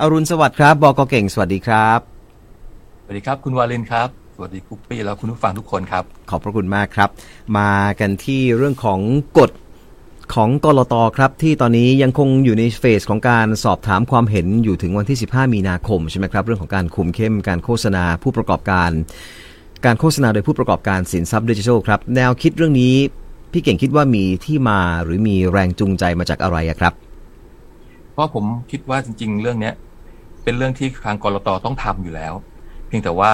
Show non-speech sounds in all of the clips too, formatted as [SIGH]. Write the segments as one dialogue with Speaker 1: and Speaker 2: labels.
Speaker 1: อรุณสวัสดิ์ครับบอกเก่งสวัสดีครับ
Speaker 2: สวัสดีครับ คุณวาลินครับ สวัสดีคุปปี้แล้วคุณผู้ฟังทุกคนครับ
Speaker 1: ขอบพระคุณมากครับ มากันที่เรื่องของกฎของกรตครับ ที่ตอนนี้ยังคงอยู่ในเฟสของการสอบถามความเห็นอยู่ถึงวันที่ 15 มีนาคมใช่ไหมครับเรื่องของการคุมเข้มการโฆษณาผู้ประกอบการ การโฆษณาโดยผู้ประกอบการสินทรัพย์ดิจิทัลครับ แนวคิดเรื่องนี้พี่เก่งคิดว่ามีที่มาหรือมีแรงจูงใจมาจากอะไรอะครับ
Speaker 2: เพราะผมคิดว่าจริง ๆ เรื่องเนี้ยเป็นเรื่องที่ทางกรตต้องทำอยู่แล้ว เพียงแต่ว่า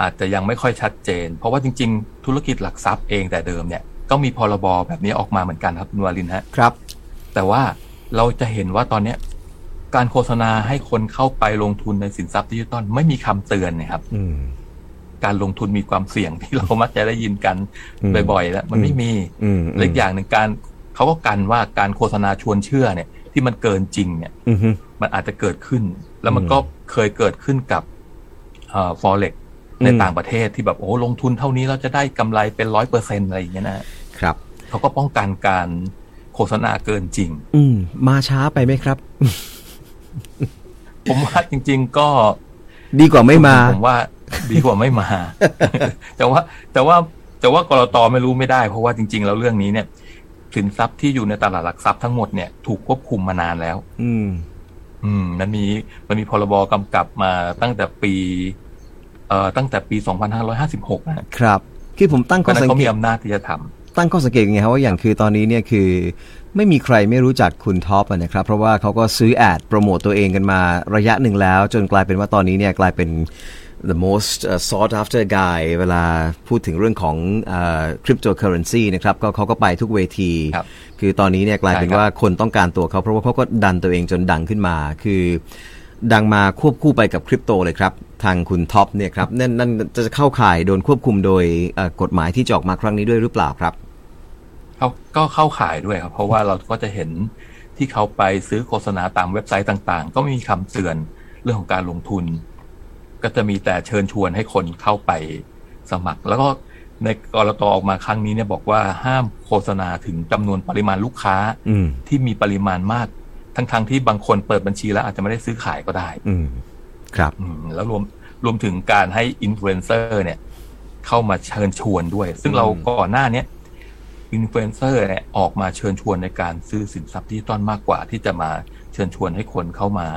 Speaker 2: อาจจะยังไม่ค่อยชัดเจน เพราะว่าจริง ๆ ธุรกิจหลักทรัพย์เองแต่เดิมเนี่ยก็มีพรบแบบนี้ออกมาเหมือนกันครับคุณวาลินฮะ
Speaker 1: ครับ
Speaker 2: แต่ว่าเราจะเห็นว่าตอนเนี้ยการโฆษณาให้คนเข้าไปลงทุนในสินทรัพย์ดิจิตอลไม่มีคำเตือนนะครับ
Speaker 1: อืม
Speaker 2: การลงทุนมีความเสี่ยง [LAUGHS] ที่เรามักจะได้ยินกัน
Speaker 1: อืม
Speaker 2: บ่อยๆแล้วมันไม่มี
Speaker 1: อืม
Speaker 2: และอีกอย่างหนึ่งการเขาก็กันว่าการโฆษณาชวนเชื่อเนี่ย ที่มันเกินจริงเนี่ย
Speaker 1: อืมฮึ
Speaker 2: มันอาจจะเกิดขึ้น แล้วมัน
Speaker 1: อืม
Speaker 2: ก็เคยเกิดขึ้นกับฟอเร็กในต่างประเทศที่แบบโอ้ลงทุนเท่านี้เราจะได้กำไรเป็นร้อยเปอร์เซ็นอะไรอย่างเงี้ยนะครับ เขาก็ป้องกันการโฆษณาเกินจริง
Speaker 1: อืม มาช้าไปไหมครับ
Speaker 2: ผมว่าจริง ๆ ก็
Speaker 1: ดีกว่าไม่มา
Speaker 2: ผมว่าดีกว่าไม่มา [LAUGHS] แต่ว่าแต่ว่าแต่ว่ากรตไม่รู้ไม่ได้ เพราะว่าจริง ๆ แล้วเรื่องนี้เนี่ย สินทรัพย์ที่อยู่ในตลาดหลักทรัพย์ทั้งหมดเนี่ยถูกควบคุมมานานแล้ว
Speaker 1: อืม
Speaker 2: อืมมันมีมันมีพรบกำกับมาตั้งแต่ปีเอ่อตั้งแต่ปี 2556นะครับ
Speaker 1: คือผมตั้ง
Speaker 2: เพ
Speaker 1: ข้
Speaker 2: ราะ
Speaker 1: อ
Speaker 2: ฉะ
Speaker 1: สัง
Speaker 2: นั้นเขา
Speaker 1: เก
Speaker 2: มี
Speaker 1: ต
Speaker 2: อำนาจที่จะท
Speaker 1: ตั้งข้อสังเกตไงครับว่าอย่างคือตอนนี้เนี่ยคือ ไม่มีใครไม่รู้จักคุณท็อปอะนะครับ เพราะว่าเขาก็ซื้อแอดโปรโมตตัวเองกันมาระยะหนึ่งแล้ว จนกลายเป็นว่าตอนนี้เนี่ยกลายเป็น the most uh, sought after guy เวลาพูดถึงเรื่องของคริปโตเคอเรนซีนะครับก็เขาก็ไปทุกเวที
Speaker 2: ำครับ
Speaker 1: คือตอนนี้เนี่ยกลายเป็น
Speaker 2: ใช่ครับ
Speaker 1: ว่าคนต้องการตัวเขาเพราะว่าเขาก็ดันตัวเองจนดังขึ้นมา คือ ดังมาควบคู่ไปกับคริปโตเลยครับ ทางคุณท็อปเนี่ยครับนั่นนั่นจะเข้าข่ายโดนควบคุมโดยเอ่อกฎหมายที่จะออกมาครั้งนี้ด้วยหรือเปล่าครับ
Speaker 2: เขาก็เข้าขายด้วยครับ เพราะว่าเราก็จะเห็นที่เขาไปซื้อโฆษณาตามเว็บไซต์ต่างๆ ก็ไม่มีคำเตือนเรื่องของการลงทุน ก็จะมีแต่เชิญชวนให้คนเข้าไปสมัคร แล้วก็ในกรตออกมาครั้งนี้เนี่ยบอกว่าห้ามโฆษณาถึงจำนวนปริมาณลูกค้า
Speaker 1: อืม
Speaker 2: ที่มีปริมาณมาก ทั้งๆที่บางคนเปิดบัญชีแล้วอาจจะไม่ได้ซื้อขายก็ได้
Speaker 1: อืม ครับ
Speaker 2: อืมแล้วรวมรวมถึงการให้อินฟลูเอนเซอร์เนี่ย เข้ามาเชิญชวนด้วย ซึ่งเรา
Speaker 1: อืม
Speaker 2: ก่อนหน้าเนี้ยอินฟลูเอนเซอร์เนี่ยออกมาเชิญชวนในการซื้อสินทรัพย์ดิจิตอลมากกว่า ที่จะมาเชิญชวนให้คนเข้ามา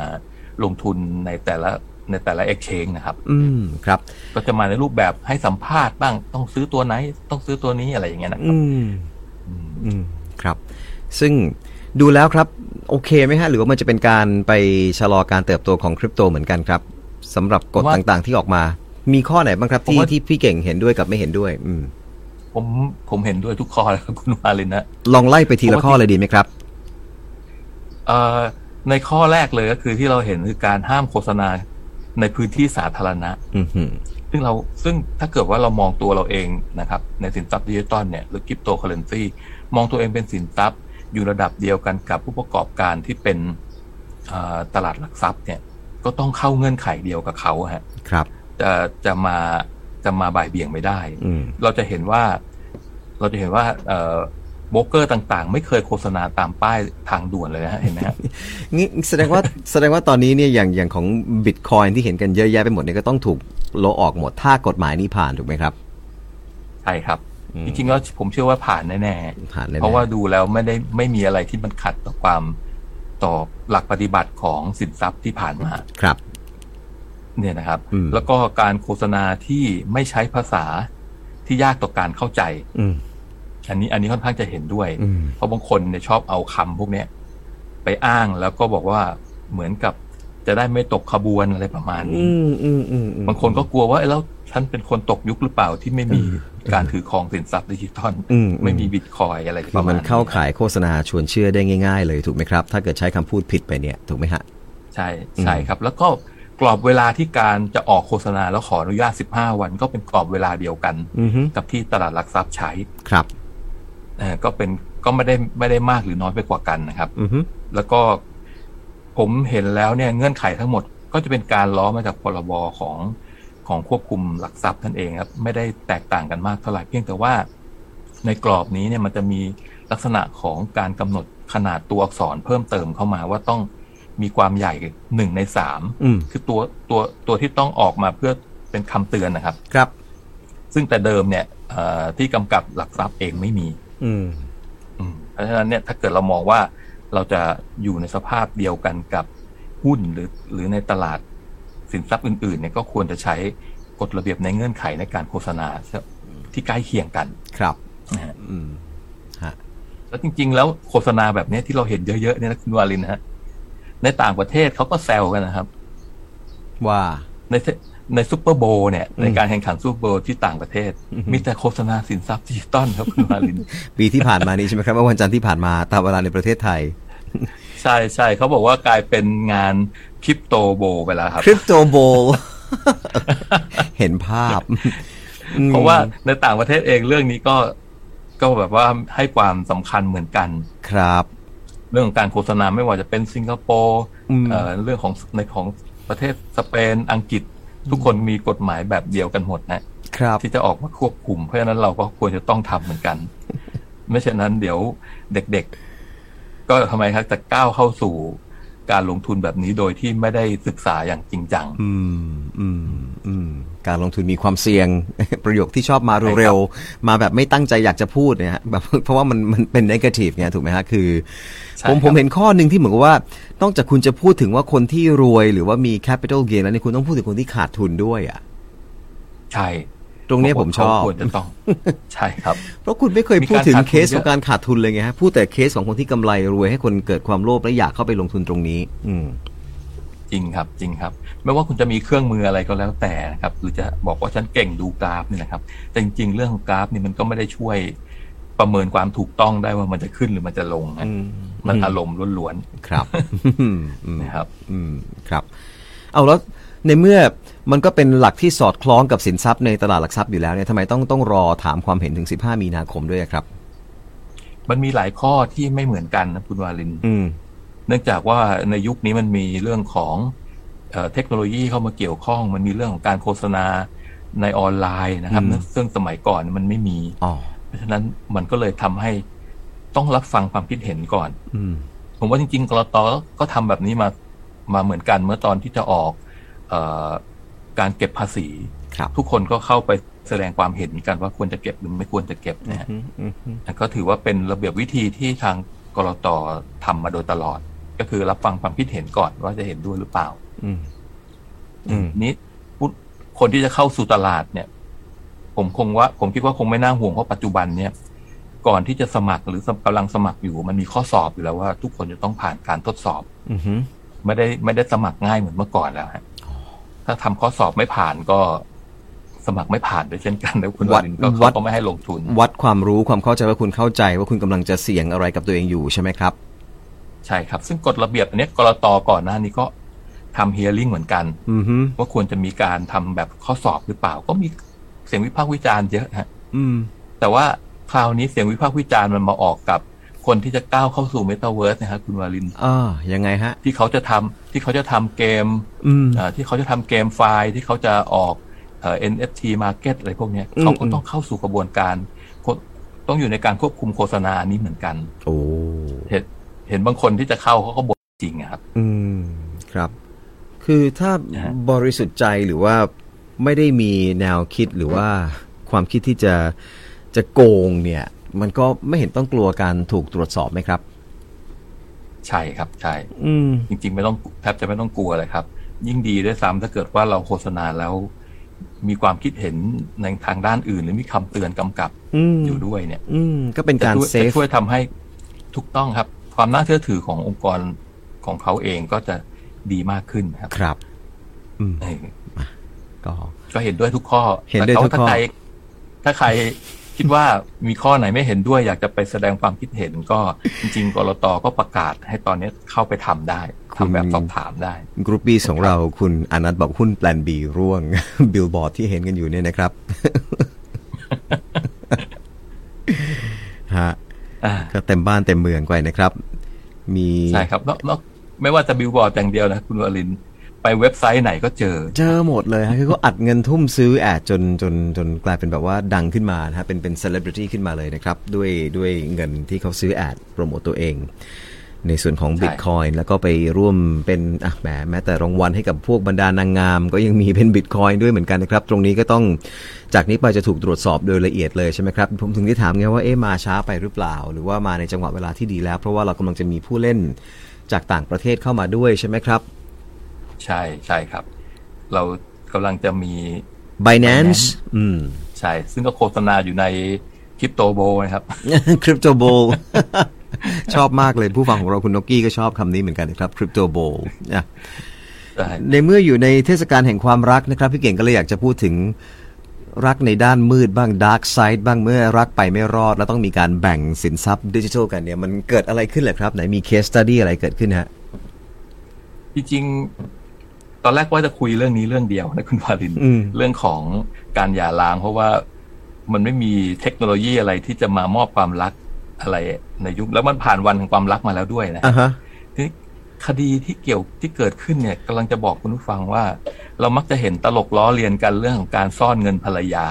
Speaker 2: ลงทุนในแต่ละในแต่ละเอ็กชแนนนะครับ
Speaker 1: อืม ครับ
Speaker 2: ก็จะมาในรูปแบบให้สัมภาษณ์บ้างต้องซื้อตัวไหน ต้องซื้อตัวนี้อะไรอย่างเงี้ยนะ
Speaker 1: อืม
Speaker 2: อืม
Speaker 1: อืม ครับ ซึ่งดูแล้วครับ โอเคไหมฮะ หรือว่ามันจะเป็นการไปชะลอการเติบโตของคริปโตเหมือนกันครับสำหรับกฎ
Speaker 2: ว่า
Speaker 1: ต่างๆ ที่ออกมา มีข้อไหนบ้างครับ
Speaker 2: ผม
Speaker 1: ที่
Speaker 2: ว่า
Speaker 1: ที่พี่เก่งเห็นด้วยกับไม่เห็นด้วย อืม
Speaker 2: ผมผมเห็นด้วยทุกข้อเลยครับคุณวาลินนะ
Speaker 1: ลองไล่ไปทีละข้อเลยดีไหมครับ
Speaker 2: เอ่อในข้อแรกเลยก็คือที่เราเห็นคือการห้ามโฆษณาในพื้นที่สาธารณะ
Speaker 1: อืมฮึ
Speaker 2: ซึ่งเราซึ่งถ้าเกิดว่าเรามองตัวเราเองนะครับ ในสินทรัพย์ดิจิตอลเนี่ยหรือคริปโตเคอเรนซีมองตัวเองเป็นสินทรัพย์ อยู่ระดับเดียวกันกับผู้ประกอบการที่เป็นเอ่อตลาดหลักทรัพย์เนี่ยก็ต้องเข้าเงื่อนไขเดียวกับเขาฮะ
Speaker 1: ครับ
Speaker 2: จะจะมาจะมาบ่ายเบี่ยงไม่ได้
Speaker 1: อืม
Speaker 2: เราจะเห็นว่าเราจะเห็นว่าเอ่อโบรกเกอร์ต่างๆ ไม่เคยโฆษณาตามป้ายทางด่วนเลยนะฮะเห็นไหมฮะ
Speaker 1: นี่แสดงว่า แสดงว่าตอนนี้เนี่ยอย่างอย่างของบิตคอยที่เห็นกันเยอะแยะไปหมดเนี่ยก็ต้องถูกโลออกหมดถ้ากฎหมายนี้ผ่านถูกไหมครับ
Speaker 2: ใช่ครับ
Speaker 1: อืม
Speaker 2: จริงๆแล้วผมเชื่อว่าผ่านแน่
Speaker 1: ผ่าน
Speaker 2: ๆ
Speaker 1: แน่ๆ
Speaker 2: เพราะว่าดูแล้วไม่ได้ไม่มีอะไรที่มันขัดต่อความต่อหลักปฏิบัติของสินทรัพย์ที่ผ่านมา
Speaker 1: ครับ
Speaker 2: เนี่ยนะครับ
Speaker 1: อืม
Speaker 2: แล้วก็การโฆษณาที่ไม่ใช้ภาษาที่ยากต่อการเข้าใจ
Speaker 1: อืม
Speaker 2: อันนี้อันนี้ค่อนข้างจะเห็นด้วย
Speaker 1: อืม
Speaker 2: เพราะบางคนเนี่ยชอบเอาคำพวกเนี้ยไปอ้างแล้วก็บอกว่าเหมือนกับจะได้ไม่ตกขบวนอะไรประมาณนี้
Speaker 1: อืมอืมอืมอืม
Speaker 2: บางคนก็กลัวว่าเอ้ยแล้วฉันเป็นคนตกยุคหรือเปล่าที่ไม่มี
Speaker 1: เออ
Speaker 2: การถือครองสินทรัพย์ดิจิทัล
Speaker 1: อืม
Speaker 2: ไม่มีบิตคอยน์อะไร
Speaker 1: คื
Speaker 2: ประ
Speaker 1: อ
Speaker 2: มา
Speaker 1: มัน
Speaker 2: ณนี้
Speaker 1: เข้าข่ายโฆษณาชวนเชื่อได้ง่าย ๆ เลยถูกไหมครับ ถ้าเกิดใช้คำพูดผิดไปเนี่ยถูกไหมฮะ
Speaker 2: ใช่ใช่ครับ แล้วก็กรอบเวลาที่การจะออกโฆษณาแล้วขออนุญาต 15 วัน ก็เป็นกรอบเวลาเดียวกัน
Speaker 1: อือฮึ
Speaker 2: กับที่ตลาดหลักทรัพย์ใช้
Speaker 1: ครับ
Speaker 2: เอ่อก็เป็นก็ไม่ได้ไม่ได้มากหรือน้อยไปกว่ากันนะครับ
Speaker 1: อือฮึ
Speaker 2: แล้วก็ผมเห็นแล้วเนี่ยเงื่อนไขทั้งหมด ก็จะเป็นการล้อมาจากพรบของของควบคุมหลักทรัพย์นั่นเองครับ ไม่ได้แตกต่างกันมากเท่าไหร่เพียงแต่ว่า ในกรอบนี้เนี่ยมันจะมีลักษณะของการกำหนดขนาดตัวอักษรเพิ่มเติมเข้ามาว่าต้อง มีความใหญ่หนึ่งในสาม
Speaker 1: อืม
Speaker 2: คือตัวตัวตัวที่ต้องออกมาเพื่อเป็นคำเตือนนะครับ
Speaker 1: ครับ
Speaker 2: ซึ่งแต่เดิมเนี่ยเอ่อที่กำกับหลักทรัพย์เองไม่มี
Speaker 1: อืม
Speaker 2: อืมเพราะฉะนั้นเนี่ยถ้าเกิดเรามองว่าเราจะอยู่ในสภาพเดียวกันกับหุ้นหรือหรือในตลาดสินทรัพย์อื่นๆเนี่ยก็ควรจะใช้กฎระเบียบในเงื่อนไขในการโฆษณาที่ใกล้เคียงกัน
Speaker 1: ครับ
Speaker 2: นะฮะ
Speaker 1: อืมฮะ
Speaker 2: แล้วจริง ๆ แล้วโฆษณาแบบเนี้ยที่เราเห็นเยอะๆเนี่ยนะคุณวาลินนะฮะในต่างประเทศเขาก็แซวกันนะครับ
Speaker 1: ว่า
Speaker 2: ในเทในซูเปอร์โบว์เนี่ย
Speaker 1: อืม
Speaker 2: ในการแข่งขันซูเปอร์โบว์ที่ต่างประเทศ
Speaker 1: อืม
Speaker 2: มีแต่โฆษณาสินทรัพย์ดิจิตอล
Speaker 1: [LAUGHS]
Speaker 2: ครับคุณวาลิน
Speaker 1: ปีที่ผ่านมานี้ใช่ไหมครับเมื่อวันจันทร์ที่ผ่านมาตามเวลาในประเทศไทย
Speaker 2: ใช่ใช่เขาบอกว่ากลายเป็นงานคริปโตโบว์ไปแล้วครับ
Speaker 1: คริปโตโบ [LAUGHS] เห็นภาพอืม
Speaker 2: เพราะว่าในต่างประเทศเองเรื่องนี้ก็ก็แบบว่าให้ความสำคัญเหมือนกัน
Speaker 1: ครับ
Speaker 2: เรื่องของการโฆษณาไม่ว่าจะเป็นสิงคโปร์
Speaker 1: อืม
Speaker 2: เอ่อเรื่องของในของประเทศสเปนอังกฤษ ทุกคนมีกฎหมายแบบเดียวกันหมดนะครับ ที่จะออกมาควบคุม เพราะฉะนั้นเราก็ควรจะต้องทำเหมือนกัน [LAUGHS] ไม่เช่นนั้นเดี๋ยวเด็กๆ ก็ทำไมครับจะก้าวเข้าสู่การลงทุนแบบนี้โดยที่ไม่ได้ศึกษาอย่างจริงจัง
Speaker 1: อืมอืมอืมการลงทุนมีความเสี่ยง [LAUGHS] ประโยคที่ชอบมาเร็วๆมาแบบไม่ตั้งใจอยากจะพูดเนี่ย [LAUGHS] ฮะแบบเพราะว่ามันมันเป็นนกาทีฟไงถูกไหมฮะคือ
Speaker 2: ใช่
Speaker 1: ผม
Speaker 2: ครับ
Speaker 1: ผมเห็นข้อหนึ่งที่เหมือนกับว่า นอกจากคุณจะพูดถึงว่าคนที่รวยหรือว่ามี capital gain แล้วเนี่ยคุณต้องพูดถึงคนที่ขาดทุนด้วยอ่ะ
Speaker 2: ใช่
Speaker 1: ตรงเนี้ยผมชอบ
Speaker 2: ควรจะต้อง [LAUGHS] ใช่ครับ
Speaker 1: เพราะคุณไม่เคยพูดถึง
Speaker 2: มีการขาดทุน
Speaker 1: เคสของการขาดทุนเลยไงฮะพูดแต่เคสของคนที่กำไรรวยให้คนเกิดความโลภและอยากเข้าไปลงทุนตรงนี้ อืม
Speaker 2: จริงครับจริงครับ ไม่ว่าคุณจะมีเครื่องมืออะไรก็แล้วแต่นะครับหรือจะบอกว่าฉันเก่งดูกราฟเนี่ยนะครับ แต่จริง ๆ เรื่องของกราฟนี่มันก็ไม่ได้ช่วยประเมินความถูกต้องได้ว่ามันจะขึ้นหรือมันจะลงนะ
Speaker 1: อืม
Speaker 2: มันอารมณ์ล้วน
Speaker 1: ครับ อืม
Speaker 2: ๆนะครับ
Speaker 1: อืมครับ เอาแล้วในเมื่อมันก็เป็นหลักที่สอดคล้องกับสินทรัพย์ในตลาดหลักทรัพย์อยู่แล้วเนี่ยทำไมต้องต้องรอถามความเห็นถึง 15 มีนาคมด้วยอะครับ
Speaker 2: มันมีหลายข้อที่ไม่เหมือนกันนะคุณวาลิน
Speaker 1: อืม
Speaker 2: เนื่องจากว่าในยุคนี้มันมีเรื่องของเอ่อเทคโนโลยีเข้ามาเกี่ยวข้อง มันมีเรื่องของการโฆษณาในออนไลน์นะครับ
Speaker 1: อืม
Speaker 2: ซึ่งสมัยก่อนมันไม่มี
Speaker 1: อ๋อ
Speaker 2: เพราะฉะนั้นมันก็เลยทำให้ต้องรับฟังความคิดเห็นก่อน
Speaker 1: อืม
Speaker 2: ผมว่าจริงๆกรตก็ทำแบบนี้มามาเหมือนกันเมื่อตอนที่จะออกเออการเก็บภาษี
Speaker 1: ครับ
Speaker 2: ทุกคนก็เข้าไปแสดงความเห็นกันว่าควรจะเก็บหรือไม่ควรจะเก็บนะฮะ
Speaker 1: อืมอืมอืม
Speaker 2: ก็ถือว่าเป็นระเบียบวิธีที่ทางกรตทำมาโดยตลอด ก็คือรับฟังความคิดเห็นก่อนว่าจะเห็นด้วยหรือเปล่า
Speaker 1: อืม อืม
Speaker 2: นี้ผู้คนที่จะเข้าสู่ตลาดเนี่ย ผมคงว่า ผมคิดว่าคงไม่น่าห่วงเพราะปัจจุบันเนี่ย ก่อนที่จะสมัครหรือกำลังสมัครอยู่ มันมีข้อสอบอยู่แล้วว่า ทุกคนจะต้องผ่านการทดสอบ
Speaker 1: อืมอืม
Speaker 2: ไม่ได้ไม่ได้สมัครง่ายเหมือนเมื่อก่อนแล้วฮะถ้าทำข้อสอบไม่ผ่านก็สมัครไม่ผ่านด้วยเช่นกันแล้วคุณวารินก็เขาก็ไม่ให้ลงทุน
Speaker 1: วัดความรู้ความเข้าใจว่าคุณเข้าใจว่าคุณกำลังจะเสี่ยงอะไรกับตัวเองอยู่ใช่ไหมครับ
Speaker 2: ใช่ครับ ซึ่งกฎระเบียบอันเนี้ยกรตก่อนหน้านี้ก็ทำเฮียริ่งเหมือนกัน
Speaker 1: อืมฮึ
Speaker 2: ว่าควรจะมีการทำแบบข้อสอบหรือเปล่า ก็มีเสียงวิพากษ์วิจารณ์เยอะฮะ
Speaker 1: อืม
Speaker 2: แต่ว่าคราวนี้เสียงวิพากษ์วิจารณ์มันมาออกกับคนที่จะก้าวเข้าสู่เมตาเวิร์สนะครับคุณวาลิน
Speaker 1: อ่ายังไงฮะ
Speaker 2: ที่เขาจะทำที่เขาจะทำเกม
Speaker 1: อืม
Speaker 2: เอ่อที่เขาจะทำเกมไฟล์ที่เขาจะออกเอ่อ NFT market อะไรพวกเนี้ย
Speaker 1: อืม
Speaker 2: เขาก็ต้องเข้าสู่กระบวนการโคต้องอยู่ในการควบคุมโฆษณานี้เหมือนกัน
Speaker 1: โอ้
Speaker 2: เห็นเห็นบางคนที่จะเข้าเขาก็บ่นจริงอะครับ
Speaker 1: อืม ครับ คือถ้า
Speaker 2: นะฮะ
Speaker 1: บริสุทธิ์ใจหรือว่าไม่ได้มีแนวคิดหรือว่าความคิดที่จะจะโกงเนี่ย มันก็ไม่เห็นต้องกลัวการถูกตรวจสอบไหมครับ
Speaker 2: ใช่ครับใช่
Speaker 1: อืม
Speaker 2: จริง ๆ ไม่ต้องแทบจะไม่ต้องกลัวเลยครับ ยิ่งดีด้วยซ้ำถ้าเกิดว่าเราโฆษณาแล้ว มีความคิดเห็นในทางด้านอื่น หรือมีคำเตือนกำกับ
Speaker 1: อืม
Speaker 2: อยู่ด้วยเนี่ย
Speaker 1: อืม ก็เป็นการ
Speaker 2: จะ
Speaker 1: เซ
Speaker 2: ช่ว
Speaker 1: ฟ
Speaker 2: ยจะช่วยทำให้ถูกต้องครับ ความน่าเชื่อถือขององค์กรของเขาเองก็จะดีมากขึ้นครับ
Speaker 1: ครับ อืม
Speaker 2: เออ
Speaker 1: ก็
Speaker 2: ก็เห็นด้วยทุกข้อ
Speaker 1: เห็นด้วยทุกข้อ
Speaker 2: แต่ถ้าใครถ้าใครคิดว่ามีข้อไหนไม่เห็นด้วย อยากจะไปแสดงความคิดเห็นก็จริง ๆกรตก็ประกาศให้ตอนนี้เข้าไปทำได้ทำแบบสอบถามได้
Speaker 1: กรุ๊ปบีของเราคุณอนัทบอกหุ้นแปลนบีร่วง [LAUGHS] บิลบอร์ดที่เห็นกันอยู่เนี่ยนะครับ [LAUGHS] ฮะ
Speaker 2: อ่า
Speaker 1: ก็เต็มบ้านเต็มเมืองไปนะครับ มี
Speaker 2: ใช่ครับนอกนอกไม่ว่าจะบิลบอร์ดอย่างเดียวนะคุณวรินทร์ไปเว็บไซต์ไหนก็เจอ
Speaker 1: เจอหมดเลยฮะคือก็อัดเงินทุ่มซื้อแอดจนจนจนกลายเป็นแบบว่าดังขึ้นมานะฮะเป็นเป็นเซเลบริตี้ขึ้นมาเลยนะครับ ด้วยด้วยเงินที่เขาซื้อแอดโปรโมตตัวเอง ในส่วนของ
Speaker 2: ใช่
Speaker 1: Bitcoin แล้วก็ไปร่วมเป็นอ่ะแหมแม้แต่รางวัลให้กับพวกบรรดานางงาม ก็ยังมีเป็น Bitcoin ด้วยเหมือนกันนะครับ ตรงนี้ก็ต้องจากนี้ไปจะถูกตรวจสอบโดยละเอียดเลยใช่ไหมครับ ผมถึงได้ถามไงว่าเอ๊ะมาช้าไปหรือเปล่า หรือว่ามาในจังหวะเวลาที่ดีแล้ว เพราะว่าเรากำลังจะมีผู้เล่นจากต่างประเทศเข้ามาด้วยใช่ไหมครับ
Speaker 2: ใช่ใช่ครับ เรากำลังจะมี
Speaker 1: Binance อืม
Speaker 2: ใช่ซึ่งก็โฆษณาอยู่ในคริปโตโบนะครับ [LAUGHS]
Speaker 1: [LAUGHS] คริปโตโบชอบมากเลยผู้ฟังของเราคุณนกกี้ก็ชอบคำนี้เหมือนกันนะครับคริปโตโบนะ
Speaker 2: ใช่
Speaker 1: ในเมื่ออยู่ในเทศกาลแห่งความรักนะครับ พี่เก่งก็เลยอยากจะพูดถึงรักในด้านมืดบ้างดาร์กไซด์บ้างเมื่อรักไปไม่รอด แล้วต้องมีการแบ่งสินทรัพย์ดิจิทัลกันเนี่ยมันเกิดอะไรขึ้นเหรอครับ ไหนมีเคสตัดี้อะไรเกิดขึ้นฮะ
Speaker 2: จริงๆ ตอนแรกว่าจะคุยเรื่องนี้เรื่องเดียวนะคุณวาลิน
Speaker 1: อืม
Speaker 2: เรื่องของการหย่าร้าง เพราะว่ามันไม่มีเทคโนโลยีอะไรที่จะมามอบความรักอะไรในยุค แล้วมันผ่านวันแห่งความรักมาแล้วด้วยนะ
Speaker 1: อ่ะฮะ
Speaker 2: ทีนี้คดีที่เกี่ยวที่เกิดขึ้นเนี่ยกำลังจะบอกคุณผู้ฟังว่า เรามักจะเห็นตลกล้อเลียนกันเรื่องของการซ่อนเงินภรรยา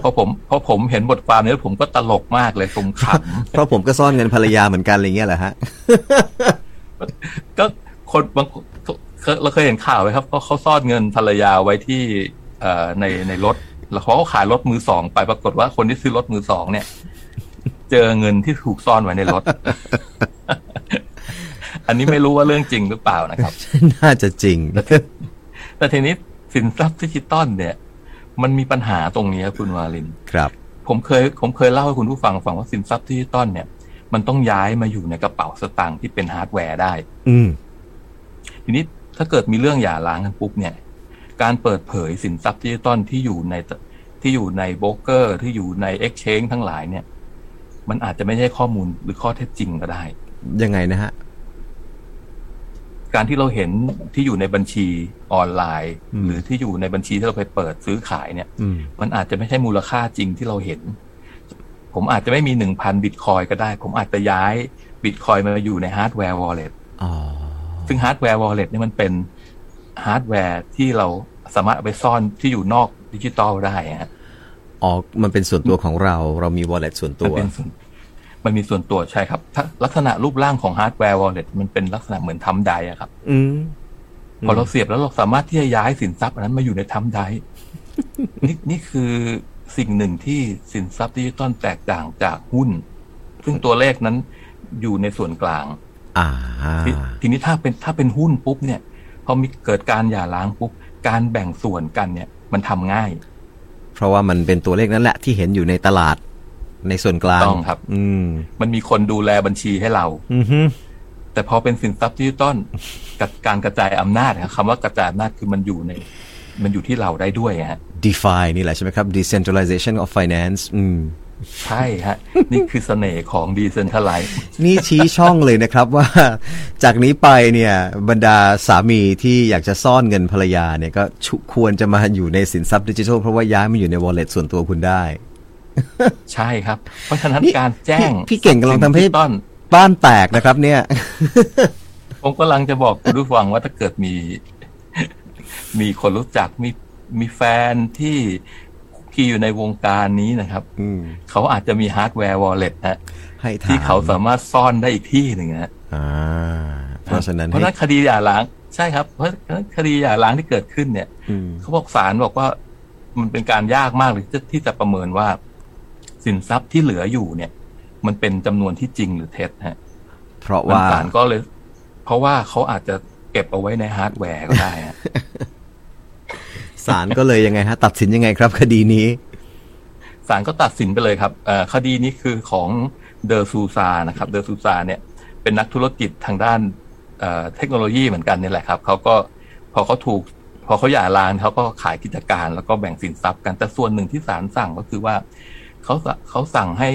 Speaker 2: เพราะผมเพราะผมเห็นบทความนี้แล้วผมก็ตลกมากเลยผมข
Speaker 1: เพราะผมก็ซ่อนเงินภรรยาเหมือนกันอะไรเงี้ยแหละฮะ [LAUGHS]
Speaker 2: ำก็คนบางคนเราเคยเห็นข่าวไหมครับก็เขาซ่อนเงินภรรยาไว้ที่เอ่อในในรถ แล้วเขาก็ขายรถมือสองไปปรากฏว่าคนที่ซื้อรถมือสองเนี่ย เจอเงินที่ถูกซ่อนไว้ในรถ [LAUGHS] อันนี้ไม่รู้ว่าเรื่องจริงหรือเปล่านะครับ
Speaker 1: น่าจะจริง
Speaker 2: แต่ทีนี้สินทรัพย์ดิจิตอลเนี่ย มันมีปัญหาตรงเนี้ยคุณวาลิน
Speaker 1: [LAUGHS] ครับ
Speaker 2: ผมเคย ผมเคยเล่าให้คุณผู้ฟังฟังว่าสินทรัพย์ดิจิตอลเนี่ย มันต้องย้ายมาอยู่ในกระเป๋าสตางค์ที่เป็นฮาร์ดแวร์ได้
Speaker 1: อืม
Speaker 2: ทีนี้ถ้าเกิดมีเรื่องหย่าร้างกันปุ๊บเนี่ย การเปิดเผยสินทรัพย์ดิจิตอลที่อยู่ในที่อยู่ในโบรกเกอร์ที่อยู่ในเอ็กชแนนทั้งหลายเนี่ย มันอาจจะไม่ใช่ข้อมูลหรือข้อเท็จจริงก็ได้
Speaker 1: ยังไงนะฮะ
Speaker 2: การที่เราเห็นที่อยู่ในบัญชีออนไลน์
Speaker 1: อืม
Speaker 2: หรือที่อยู่ในบัญชีที่เราไปเปิดซื้อขายเนี่ย
Speaker 1: อืม
Speaker 2: มันอาจจะไม่ใช่มูลค่าจริงที่เราเห็น ผมอาจจะไม่มีหนึ่งพันบิตคอยก็ได้ ผมอาจจะย้ายบิตคอยมาอยู่ในฮาร์ดแวร์วอลเล็ต
Speaker 1: อ๋อ
Speaker 2: ซึ่งฮาร์ดแวร์วอลเล็ตนี่ยมันเป็นฮาร์ดแวร์ที่เราสามารถเอาไปซ่อนที่อยู่นอกดิจิตอลได้ฮะ
Speaker 1: อ๋อมันเป็นส่วนตัวของเราเรามี wallet ส่วน
Speaker 2: มัน
Speaker 1: ตัว
Speaker 2: เป็นส่วนมันมีส่วนตัวใช่ครับถ้าลักษณะรูปร่างของฮาร์ดแวร์วอลเล็ตมันเป็นลักษณะเหมือนทำไดร์อะครับ
Speaker 1: อืม อืม
Speaker 2: พอเราเสียบแล้วเราสามารถที่จะย้ายสินทรัพย์อันนั้นมาอยู่ในทำได้ [LAUGHS] นี่นี่คือสิ่งหนึ่งที่สินทรัพย์ดิจิตอลแตกต่างจากหุ้น ซึ่งตัวเลขนั้นอยู่ในส่วนกลาง
Speaker 1: อ่า
Speaker 2: ททีนี้ถ้าเป็นถ้าเป็นหุ้นปุ๊บเนี่ย พอมีเกิดการหย่าร้างปุ๊บ การแบ่งส่วนกันเนี่ย มันทำง่าย
Speaker 1: เพราะว่ามันเป็นตัวเลขนั่นแหละที่เห็นอยู่ในตลาดในส่วนกลาง
Speaker 2: ต้องครับ
Speaker 1: อืม
Speaker 2: มันมีคนดูแลบัญชีให้เรา
Speaker 1: อือฮึ
Speaker 2: แต่พอเป็นสินทรัพย์ดิจิตอลกับการกระจายอำนาจนะครับคำว่ากระจายอำนาจคือมันอยู่ใน มันอยู่ที่เราได้ด้วยฮะ
Speaker 1: DeFi นี่แหละใช่ไหมครับ Decentralization of Finance อืม
Speaker 2: ใช่ฮะ นี่คือเสน่ห์ของดีเซนท r a ไล
Speaker 1: นี่ชี้ช่องเลยนะครับ [LAUGHS] ว่า จากนี้ไปเนี่ยบรรดาสามีที่อยากจะซ่อนเงินภรรยาเนี่ยก็ชุควรจะมาอยู่ในสินทรัพย์ดิจิทัลเพราะว่าย้ายมาอยู่ใน wallet ส่วนตัวคุณได้
Speaker 2: ใช่ครับ เพราะฉะนั้น
Speaker 1: นี่
Speaker 2: การแจ้ง
Speaker 1: พี่พี่เก่งกำลังทำให้
Speaker 2: สิ่ดิจิต้น
Speaker 1: บ้านแตกนะครับเนี่ย
Speaker 2: ผมกำลังจะบอกคุณผู้ฟังว่าถ้าเกิดมี [LAUGHS] มีคนรู้จักมีมีแฟนที่คุกคีอยู่ในวงการนี้นะครับ
Speaker 1: อืม
Speaker 2: เขาอาจจะมีฮาร์ดแวร์วอลเล็ตนะ
Speaker 1: ให้ถาม
Speaker 2: ที่เขาสามารถซ่อนได้อีกที่หนึ่งนะ
Speaker 1: อ่าเพราะฉะนั้น
Speaker 2: เพราะ
Speaker 1: ให้
Speaker 2: ฉะนั้นคดีหย่าร้างใช่ครับ เพราะฉะนั้นคดีหย่าร้างที่เกิดขึ้นเนี่ย
Speaker 1: อืม
Speaker 2: เขาบอกศาลบอกว่ามันเป็นการยากมากเลยที่ที่จะประเมินว่า สินทรัพย์ที่เหลืออยู่เนี่ย มันเป็นจำนวนที่จริงหรือเท็จฮะ
Speaker 1: เพราะ
Speaker 2: มัน
Speaker 1: ว่า
Speaker 2: ศาลก็เลย เพราะว่าเขาอาจจะเก็บเอาไว้ในฮาร์ดแวร์ก็ได้
Speaker 1: [LAUGHS]
Speaker 2: ฮะ
Speaker 1: ศาลก็เลยยังไงฮะ ตัดสินยังไงครับคดีนี้
Speaker 2: ศาลก็ตัดสินไปเลยครับเอ่อคดีนี้คือของเดอร์ซูซานะครับ เดอร์ซูซาเนี่ย เป็นนักธุรกิจทางด้านเอ่อเทคโนโลยีเหมือนกันนี่แหละครับเขาก็พอเขาถูก พอเขาหย่าร้างเขาก็ขายกิจการแล้วก็แบ่งสินทรัพย์กันแต่ส่วนหนึ่งที่ศาลสั่งก็คือว่าเขาสเขาสั่งให้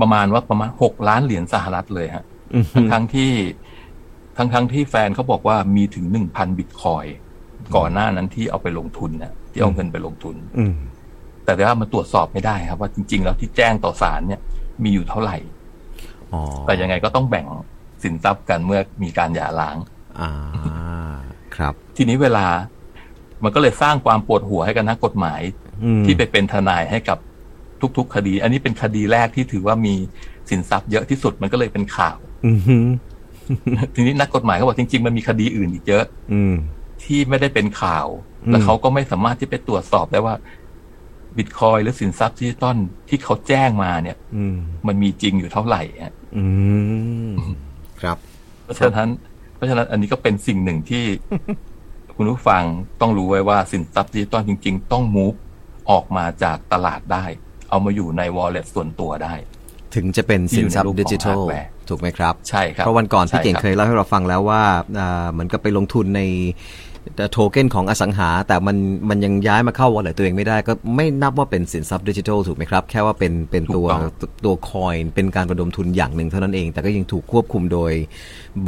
Speaker 2: ประมาณว่าประมาณหกล้านเหรียญสหรัฐเลยฮะ
Speaker 1: อืม
Speaker 2: ทั้งทั้งๆที่ทั้งทั้งๆที่แฟนเขาบอกว่ามีถึงหนึ่งพันบิตคอยน์ก่อนหน้านั้นที่เอาไปลงทุนนะที่เอาเงินไปลงทุน
Speaker 1: อืม
Speaker 2: แต่ว่ามันตรวจสอบไม่ได้ครับ ว่าจริง ๆ แล้วที่แจ้งต่อศาลเนี่ย มีอยู่เท่าไหร่
Speaker 1: อ๋อ
Speaker 2: แต่ยังไงก็ต้องแบ่งสินทรัพย์กันเมื่อมีการหย่าร้าง
Speaker 1: อ่า ครับ
Speaker 2: ทีนี้เวลา มันก็เลยสร้างความปวดหัวให้กับนักกฎหมาย
Speaker 1: อืม
Speaker 2: ที่ไปเป็นทนายให้กับทุก ๆ คดี อันนี้เป็นคดีแรกที่ถือว่ามีสินทรัพย์เยอะที่สุดมันก็เลยเป็นข่าว [LAUGHS]
Speaker 1: อืมฮึ
Speaker 2: ทีนี้นักกฎหมายเขาบอกจริง ๆ มันมีคดีอื่นอีกเยอะ
Speaker 1: อืม
Speaker 2: ที่ไม่ได้เป็นข่าว
Speaker 1: อืม
Speaker 2: แล้วเขาก็ไม่สามารถที่ไปตรวจสอบได้ว่าบิตคอยหรือสินทรัพย์ดิจิตอลที่เขาแจ้งมาเนี่ย
Speaker 1: อืม
Speaker 2: มันมีจริงอยู่เท่าไหร่ฮะ
Speaker 1: อืมครับ
Speaker 2: เพราะฉะนั้น เพราะฉะนั้นอันนี้ก็เป็นสิ่งหนึ่งที่ [LAUGHS] คุณผู้ฟังต้องรู้ไว้ว่าสินทรัพย์ดิจิตอลจริง ๆ ต้องมูฟออกมาจากตลาดได้ เอามาอยู่ในวอลเล็ตส่วนตัวได้
Speaker 1: ถึงจะเป็นสินทรัพย์
Speaker 2: ที่อยู่ในรูปของ
Speaker 1: ดิจิทัล
Speaker 2: hardware
Speaker 1: ถูกไหมครับ
Speaker 2: ใช่ครับ
Speaker 1: เพราะวันก่อนพี่เก่ง
Speaker 2: ใช่รั
Speaker 1: เคย
Speaker 2: บ
Speaker 1: เล่าให้เราฟังแล้วว่าอ่าเหมือนกับไปลงทุนในโทเก้นของอสังหา แต่มันมันยังย้ายมาเข้าวอลเล็ตตัวเองไม่ได้ ก็ไม่นับว่าเป็นสินทรัพย์ดิจิทัลถูกไหมครับ แค่ว่าเป็นเป็นตัวตัวคอยเป็นการระดมทุนอย่างหนึ่งเท่านั้นเอง แต่ก็ยังถูกควบคุมโดย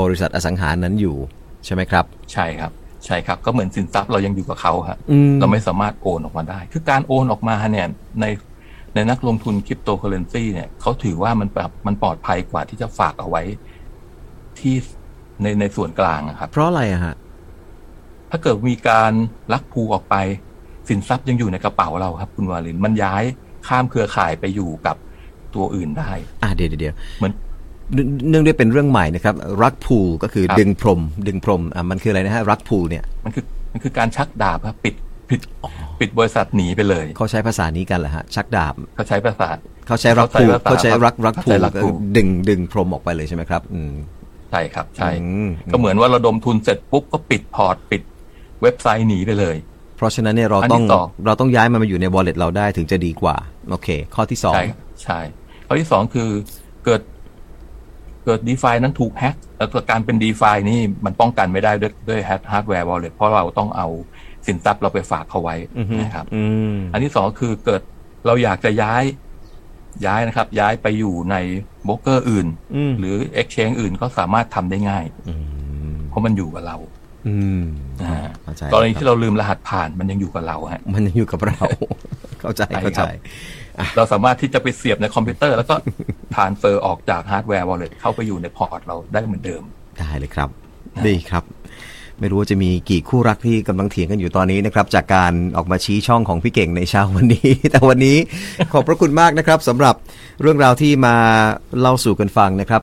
Speaker 1: บริษัทอสังหานั้นอยู่ใช่ไหมครับ
Speaker 2: ใช่ครับ ใช่ครับ ก็เหมือนสินทรัพย์เรายังอยู่กับเขาฮะ
Speaker 1: อืม
Speaker 2: เราไม่สามารถโอนออกมาได้ คือการโอนออกมาเนี่ยในในนักลงทุนคริปโตเคอเรนซีเนี่ยเขาถือว่ามันแบบมันปลอดภัยกว่าที่จะฝากเอาไว้ที่ในในส่วนกลางนะครับ
Speaker 1: เพราะอะไรอะฮะ
Speaker 2: ถ้าเกิดมีการลักพูออกไป สินทรัพย์ยังอยู่ในกระเป๋าเราครับ คุณวาลิน มันย้ายข้ามเครือข่ายไปอยู่กับตัวอื่นได้
Speaker 1: อ่ะเดี๋ยวเดี๋ยวเดี๋ยว
Speaker 2: เหมือน
Speaker 1: เนื่องเนื่องด้วยเป็นเรื่องใหม่นะครับรักพูลก็คือ
Speaker 2: ครับ
Speaker 1: ดึงพรม ดึงพรมอ่ะมันคืออะไรนะฮะรักพูลเนี่ย
Speaker 2: มันคือมันคือการชักดาบครับปิดปิดปิดบริษัทหนีไปเลย
Speaker 1: เขาใช้ภาษานี้กันเหรอฮะชักดาบ
Speaker 2: เขาใช้ภาษา
Speaker 1: เขาใช้รักพูลเขา
Speaker 2: เขาใช้
Speaker 1: ใช้รักรักพูล
Speaker 2: รักพูล
Speaker 1: ดึงดึงพรมออกไปเลยใช่ไหมครับ อืม
Speaker 2: ใช่ครับ ใช่
Speaker 1: อืม
Speaker 2: ก็เหมือนว่าระดมทุนเสร็จปุ๊บก็ปิดพอร์ตปิดเว็บไซต์หนีไปเลย
Speaker 1: เพราะฉะนั้นเนี่ยเรา
Speaker 2: อันที่
Speaker 1: ต้อง
Speaker 2: สอง
Speaker 1: เราต้องย้ายมันมาอยู่ใน wallet เราได้ถึงจะดีกว่า โอเค ข้อที่สอง
Speaker 2: ใช่ครับใช่ข้อที่สองคือเกิดเกิดดีฟานั้นถูกแฮ็กแล้วก็การเป็นดีฟานี่มันป้องกันไม่ได้ด้วยด้วยฮาร์ดแวร์วอลเล็ตเพราะเราต้องเอาสินทรัพย์เราไปฝากเขาไว้
Speaker 1: อือฮึ
Speaker 2: นะครับ
Speaker 1: อืม
Speaker 2: อันที่สองคือเกิดเราอยากจะย้ายย้ายนะครับ ย้ายไปอยู่ในโบรกเกอร์อื่น
Speaker 1: อืม
Speaker 2: หรือ Exchange อื่นก็สามารถทำได้ง่าย
Speaker 1: อืม
Speaker 2: เพราะมันอยู่กับเรา
Speaker 1: อืม
Speaker 2: อ่า
Speaker 1: เข้าใจ
Speaker 2: กร
Speaker 1: ค
Speaker 2: ณี
Speaker 1: รับ
Speaker 2: ที่เราลืมรหัสผ่านมันยังอยู่กับเราฮะ
Speaker 1: มันยังอยู่กับเรา [LAUGHS] เข้าใจเข้าใจ
Speaker 2: ใช่ครับ [LAUGHS] เราสามารถที่จะไปเสียบในคอมพิวเตอร์ แล้วก็ [LAUGHS] t r a n s f e r ออกจากฮาร์ดแวร์วอลเล็ตเข้าไปอยู่ในพอร์ตเราได้เหมือนเดิม
Speaker 1: ได้เลยครับ ดีครับ ไม่รู้ว่าจะมีกี่คู่รักที่กำลังเถียงกันอยู่ตอนนี้นะครับ จากการออกมาชี้ช่องของพี่เก่งในเช้าวันนี้ [LAUGHS] แต่วันนี้ขอบพระคุณมากนะครับสำหรับเรื่องราวที่มาเล่าสู่กันฟังนะครับ